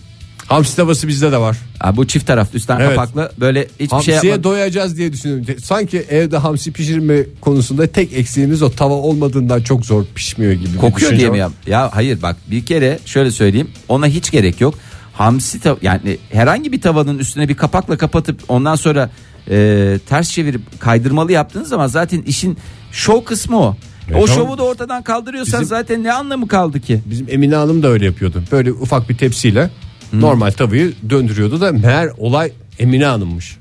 Hamsi tavası bizde de var.
Ha, bu çift taraflı üstten
Evet.
kapaklı böyle hiçbir
Hamsiye
şey yapmadan.
doyacağız diye düşünüyorum. Sanki evde hamsi pişirme konusunda tek eksiğimiz o tava olmadığından çok zor pişmiyor gibi. bir
Kokuyor
düşünce
diye mi
var.
yap? Ya hayır bak bir kere şöyle söyleyeyim ona hiç gerek yok. Hamsi tav yani herhangi bir tavanın üstüne bir kapakla kapatıp ondan sonra e, ters çevirip kaydırmalı yaptığınız zaman zaten işin şov kısmı o. o
E, tamam.
şovu da ortadan kaldırıyorsan
Bizim-
zaten ne anlamı kaldı ki?
Bizim Emine Hanım da öyle yapıyordu. Böyle ufak bir tepsiyle normal tavayı döndürüyordu da meğer olay Emine Hanım'mış.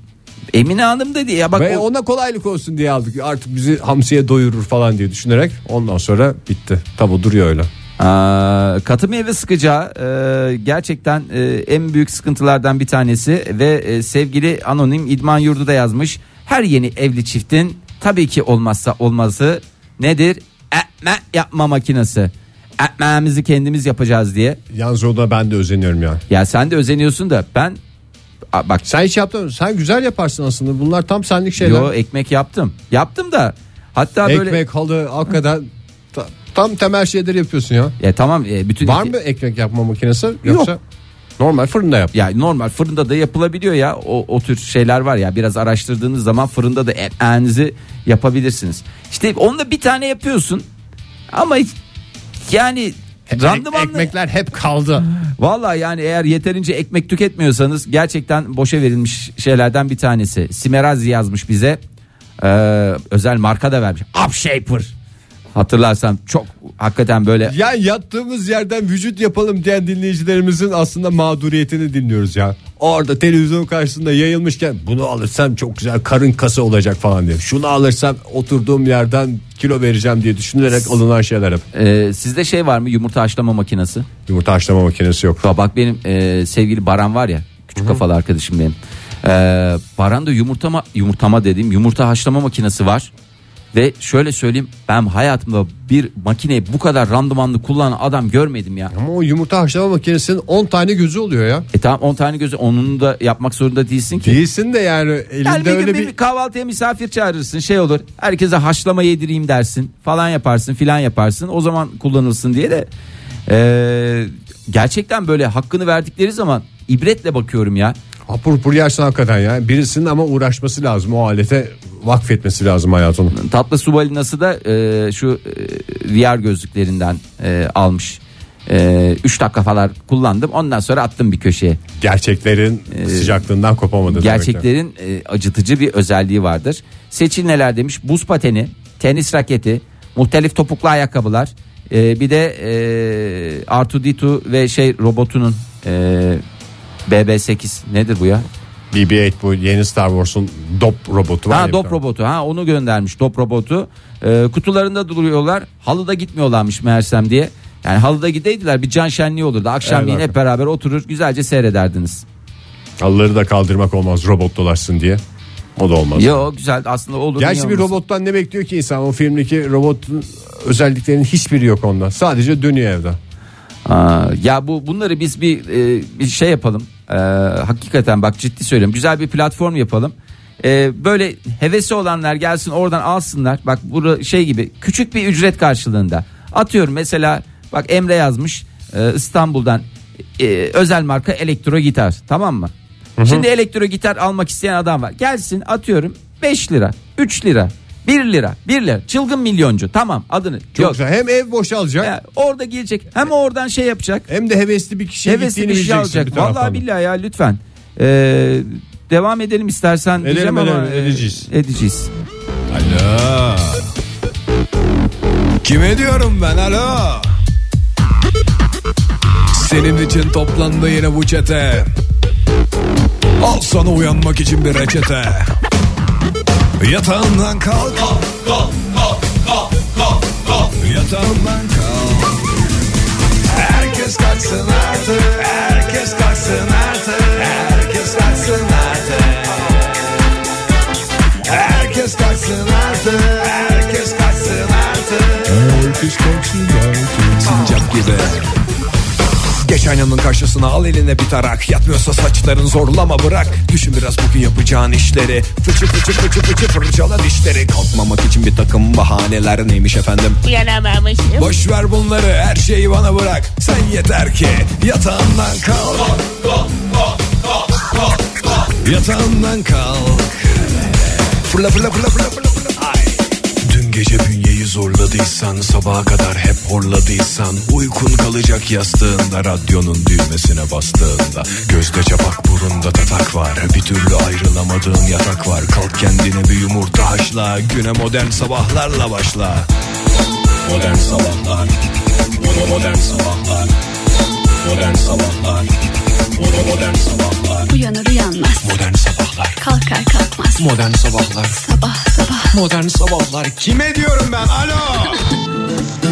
Emine Hanım da diye ya bak
Ve
o-
ona kolaylık olsun diye aldık. Artık bizi hamsiye doyurur falan diye düşünerek ondan sonra bitti. Tava duruyor öyle.
Aa, katı meyve sıkacağı e, gerçekten e, en büyük sıkıntılardan bir tanesi ve e, sevgili anonim idman yurdu da yazmış. Her yeni evli çiftin tabii ki olmazsa olmazı nedir? Ekme yapma makinesi. Ekmeğimizi kendimiz yapacağız diye.
Yalnız o da ben de özeniyorum yani.
Ya sen de özeniyorsun da ben Aa, bak
Sen hiç yaptın mı? Sen güzel yaparsın aslında. Bunlar tam senlik şeyler.
yo ekmek yaptım. Yaptım da hatta
Şey Ekmek,
böyle
halı, hakikaten ta- tam temel şeyleri yapıyorsun ya.
ya tamam e, bütün
Var mı ekmek yapma makinesi? Yoksa normal fırında yap.
Ya normal fırında da yapılabiliyor ya. O, o tür şeyler var ya. Biraz araştırdığınız zaman fırında da ekmeğinizi yapabilirsiniz. İşte onda bir tane yapıyorsun. Ama hiç- yani randımanlı.
E, Ekmekler hep kaldı.
Valla yani eğer yeterince ekmek tüketmiyorsanız gerçekten boşa verilmiş şeylerden bir tanesi. Simerazi yazmış bize. Ee, özel marka da vermiş. Upshaper. Hatırlarsam çok hakikaten böyle
Ya yattığımız yerden vücut yapalım diyen dinleyicilerimizin aslında mağduriyetini dinliyoruz ya. Orada televizyon karşısında yayılmışken bunu alırsam çok güzel karın kası olacak falan diye. Şunu alırsam oturduğum yerden kilo vereceğim diye düşünülerek alınan şeyler hep.
Ee, sizde şey var mı yumurta haşlama makinesi?
Yumurta haşlama makinesi yok.
Ya bak benim e, sevgili Baran var ya küçük kafalı arkadaşım benim. E, Baran da yumurtama yumurtama dediğim yumurta haşlama makinesi var. Ve şöyle söyleyeyim ben hayatımda bir makineyi bu kadar randımanlı kullanan adam görmedim ya.
Ama o yumurta haşlama makinesinin 10 tane gözü oluyor ya.
E tamam 10 tane gözü onun da yapmak zorunda değilsin ki.
Değilsin de yani elinde
Yani bir gün
öyle
bir,
bir...
kahvaltıya misafir çağırırsın şey olur herkese haşlama yedireyim dersin falan yaparsın filan yaparsın o zaman kullanılsın diye de e, gerçekten böyle hakkını verdikleri zaman ibretle bakıyorum ya.
Hapur hapur yersin hakikaten ya. Birisinin ama uğraşması lazım. O alete vakfetmesi lazım hayatını.
Tatlı su balinası da e, şu e, VR gözlüklerinden e, almış. 3 dakika falan kullandım. Ondan sonra attım bir köşeye.
Gerçeklerin
Ee,
sıcaklığından kopamadı. Demek ki.
Gerçeklerin e, acıtıcı bir özelliği vardır. Seçil neler demiş? Buz pateni, tenis raketi, muhtelif topuklu ayakkabılar. e, bir de e, R2D2 ve şey robotunun e, BB8 nedir bu ya?
BB-8 bu yeni Star Wars'un dop robotu var. ya
Ha
bir
dop
tane.
robotu ha onu göndermiş top robotu. Ee, kutularında duruyorlar. Halıda gitmiyorlarmış meğersem diye. Yani halıda gideydiler bir can şenliği olurdu. Akşamleyin
Evet,
hep beraber oturur güzelce seyrederdiniz.
Halıları da kaldırmak olmaz robot dolaşsın diye. O da olmaz.
Yo güzel aslında olur. niye
Gerçi bir
olmasın?
robottan ne bekliyor ki insan? O filmdeki robotun özelliklerinin hiçbiri yok onda. Sadece dönüyor evde.
Aa, ya bu bunları biz bir e, bir şey yapalım. Ee, hakikaten bak ciddi söylüyorum. Güzel bir platform yapalım. Ee, böyle hevesi olanlar gelsin oradan alsınlar. Bak bura şey gibi küçük bir ücret karşılığında. Atıyorum mesela bak Emre yazmış e, İstanbul'dan e, özel marka elektro gitar tamam mı? Şimdi elektro gitar almak isteyen adam var. Gelsin atıyorum 5 lira, 3 lira, 1 lira, 1 lira. Çılgın milyoncu tamam adını.
Çok
yok.
güzel. Hem ev boşalacak
Ya, orada gelecek hem oradan şey yapacak.
hem de hevesli bir kişiye
Hevesli
gittiğini
bir şey
bileceksin bir
alacak.
taraftan.
Vallahi
da.
billahi ya lütfen. Ee, devam edelim istersen. diyeceğim ama,
edelim,
e,
edeceğiz.
Edeceğiz.
Alo. Kime diyorum ben alo? Senin için toplandı yine bu çete. Al sana uyanmak için bir reçete. Yatağından kalk. Kalk, kalk, kalk, kalk, kalk, kalk. Yatağından kalk. Herkes kalksın artık. Herkes kalksın artık. Herkes kalksın artık. Herkes kalksın artık. Herkes kalksın artık. Herkes kalksın artık. Sincap gibi. Geç aynanın karşısına al eline bir tarak Yatmıyorsa saçların zorlama bırak Düşün biraz bugün yapacağın işleri Fıçı fıçı fıçı fıçı fırçala dişleri Kalkmamak için bir takım bahaneler neymiş efendim
Uyanamamışım.
Boş ver bunları her şeyi bana bırak Sen yeter ki yatağından kalk Yatağından kalk Fırla fırla fırla fırla fırla fırla Ay. Dün gece bünyeyi zorladıysan Sabaha kadar hep horladıysan Uykun kalacak yastığında Radyonun düğmesine bastığında Gözde çapak burunda tatak var Bir türlü ayrılamadığın yatak var Kalk kendine bir yumurta haşla Güne modern sabahlarla başla Modern Sabahlar Modern, modern Sabahlar Modern Sabahlar Modern, modern Sabahlar
Uyanır uyanmaz.
Modern Sabahlar
Kalkar kalkmaz.
Modern Sabahlar
Sabah sabah.
Modern Sabahlar Kime diyorum ben alo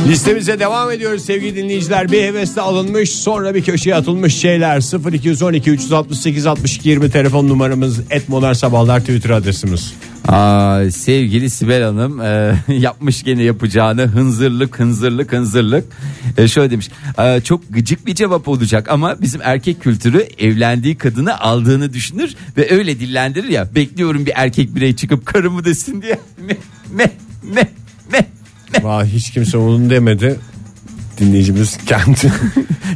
Listemize devam ediyoruz sevgili dinleyiciler. Bir hevesle alınmış sonra bir köşeye atılmış şeyler. 0212 368 62 20 telefon numaramız. Et Modern Sabahlar Twitter adresimiz.
Aa, sevgili Sibel Hanım e, [LAUGHS] yapmış gene yapacağını hınzırlık hınzırlık hınzırlık. E, şöyle demiş "Aa, çok gıcık bir cevap olacak ama bizim erkek kültürü evlendiği kadını aldığını düşünür ve öyle dillendirir ya bekliyorum bir erkek birey çıkıp karımı desin diye. [LAUGHS] Meh meh meh meh.
Vah hiç kimse onun demedi. Dinleyicimiz
[LAUGHS]
kendi.
Kendi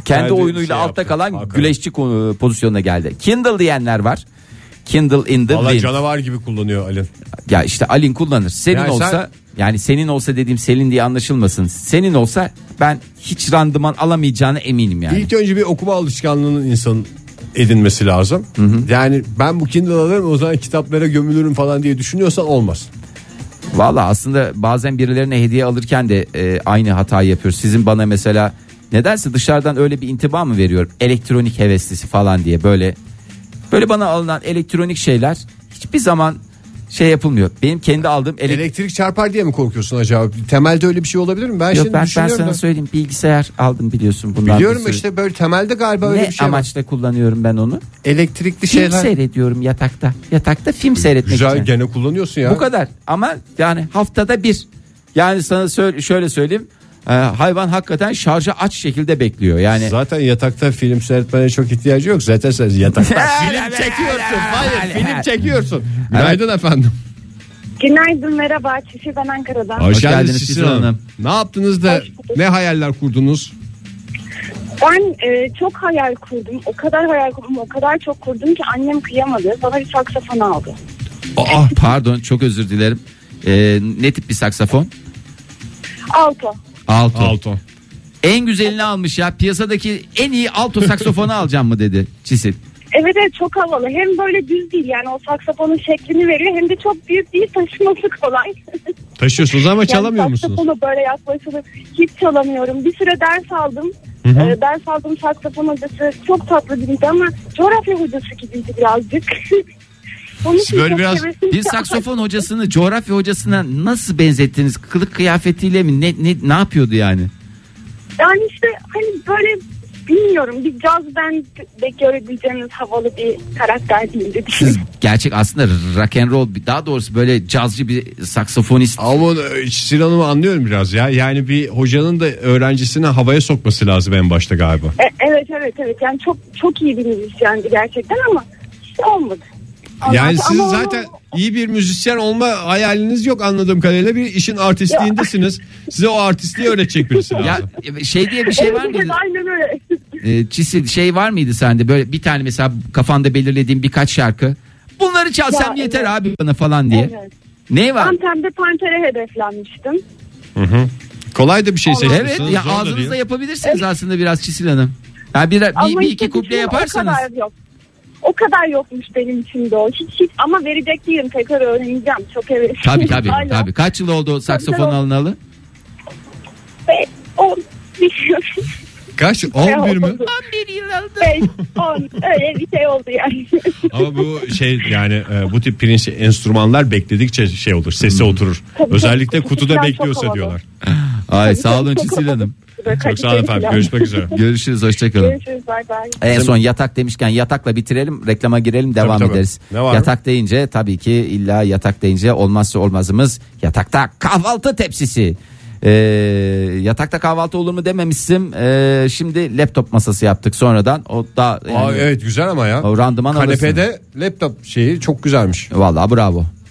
Kendi
oyunuyla
şey
altta
yaptı.
kalan
Hakan.
güleşçi konu- e, pozisyonuna geldi. Kindle diyenler var. Kindle in the
Valla
wind.
canavar gibi kullanıyor Alin.
Ya işte Alin kullanır. Senin
Yani sen-
olsa yani senin olsa dediğim Selin diye anlaşılmasın. Senin olsa ben hiç randıman alamayacağına eminim yani.
İlk önce bir okuma alışkanlığının insanın edinmesi lazım. Yani ben bu Kindle alırım o zaman kitaplara gömülürüm falan diye düşünüyorsan olmaz.
Valla aslında bazen birilerine hediye alırken de e, aynı hatayı yapıyoruz. Sizin bana mesela nedense dışarıdan öyle bir intiba mı veriyorum? Elektronik heveslisi falan diye böyle böyle bana alınan elektronik şeyler hiçbir zaman şey yapılmıyor. Benim kendi aldığım elektrik
Elektrik çarpar diye mi korkuyorsun acaba? Temelde öyle bir şey olabilir mi? Ben
Yok
şimdi
ben, ben
düşünüyorum
sana
da.
söyleyeyim bilgisayar aldım biliyorsun bundan. bir
Biliyorum
sürü.
işte böyle temelde galiba öyle
Ne
bir şey var.
amaçla kullanıyorum ben onu?
Elektrikli
Film
şeyler.
seyrediyorum yatakta. Yatakta film seyretmek
Güzel
için.
gene kullanıyorsun ya.
Bu kadar ama yani haftada bir. Yani sana söyle, şöyle söyleyeyim. e, hayvan hakikaten şarja aç şekilde bekliyor. Yani
Hani Zaten yatakta film seyretmene çok ihtiyacı yok. Zaten sen
[LAUGHS]
yatakta film çekiyorsun. Hayır film çekiyorsun. Günaydın efendim.
Günaydın merhaba Çiçi ben Ankara'dan.
Hoş geldiniz Sisi Hanım.
Ne yaptınız da ne hayaller kurdunuz?
Ben e, çok hayal kurdum. O kadar hayal kurdum, o kadar çok kurdum ki annem kıyamadı. Bana bir saksafon aldı.
Aa, pardon çok özür dilerim. Ee, E, ne tip bir saksafon?
Alto.
Alto. En güzelini almış ya. Piyasadaki en iyi alto saksofonu [LAUGHS] alacağım mı dedi Çisil.
Evet evet çok havalı. Hem böyle düz değil yani o saksafonun şeklini veriyor hem de çok büyük değil taşıması kolay.
Taşıyorsunuz ama çalamıyor
yani
musunuz?
Saksafonu böyle yaklaşılır. Hiç çalamıyorum. Bir süre ders aldım.
Hı hı.
Ee, ders aldım saksafon hocası. Çok tatlı biriydi ama coğrafya hocası gibiydi birazcık. [LAUGHS] Onun için
Böyle
çok
biraz
hevesim
bir
çaldı.
saksofon hocasını coğrafya hocasına nasıl benzettiniz? Kılık kıyafetiyle mi? Ne ne ne yapıyordu yani?
Yani işte hani böyle bilmiyorum bir caz bende görebileceğiniz havalı bir karakter değildi.
Siz gerçek aslında rock and roll bir- daha doğrusu böyle cazcı bir saksofonist.
Ama e, Sinan Hanım'ı anlıyorum biraz ya. Yani bir hocanın da öğrencisini havaya sokması lazım en başta galiba.
E, evet evet evet yani çok çok iyi bir müzisyendi gerçekten ama işte olmadı. Ama-
Yani sizin
ama onu-
zaten iyi bir müzisyen olma hayaliniz yok anladığım kadarıyla. Bir işin artistliğindesiniz. Size o artistliği öğretecek birisi
Ya
lazım.
şey diye bir şey var
Evet, evet, [LAUGHS]
mıydı?
Aynen öyle.
Ee, Çisil şey var mıydı sende böyle bir tane mesela kafanda belirlediğin birkaç şarkı? Bunları çalsam
Ya,
yeter
evet.
abi bana falan diye.
Evet.
Ne var?
Antem'de Panter'e hedeflenmiştim.
Kolay da bir şey seçmişsiniz.
Evet ya
zor da
ağzınızda
değil.
yapabilirsiniz aslında biraz Çisil Hanım. Ya bir, bir,
Ama
bir
işte
iki kuple
düşünün,
yaparsanız.
O kadar yok. O kadar yokmuş benim içimde o. Hiç, hiç ama verecek değilim tekrar öğreneceğim. Çok hevesli.
Tabii tabii
[LAUGHS] Aynen.
tabii. Kaç yıl oldu o saksafon
tabii.
alınalı?
Ve o [LAUGHS] bilmiyorum.
Kaç?
şey
11 mü?
11 yıl oldu. 5, 10 öyle bir şey oldu yani.
Ama bu şey yani e, bu tip pirinç enstrümanlar bekledikçe şey olur. Sesi oturur.
Tabii, tabii.
Özellikle
Küçükten
kutuda
çok
bekliyorsa
havalı.
diyorlar.
Ay sağ
Çok
olun
çok
Çisil
oldu.
Hanım.
Çok sağ olun efendim. Görüşmek üzere.
Görüşürüz hoşçakalın.
Görüşürüz bay bay.
En son yatak demişken yatakla bitirelim reklama girelim devam
tabii.
ederiz.
Ne var mı?
yatak deyince tabii ki illa yatak deyince olmazsa olmazımız yatakta kahvaltı tepsisi. Ee, yatakta kahvaltı olur mu dememiştim. Ee, şimdi laptop masası yaptık sonradan. O da yani,
Aa, evet güzel ama ya.
o randıman alırsın.
Kanepede laptop şeyi çok güzelmiş.
Vallahi bravo.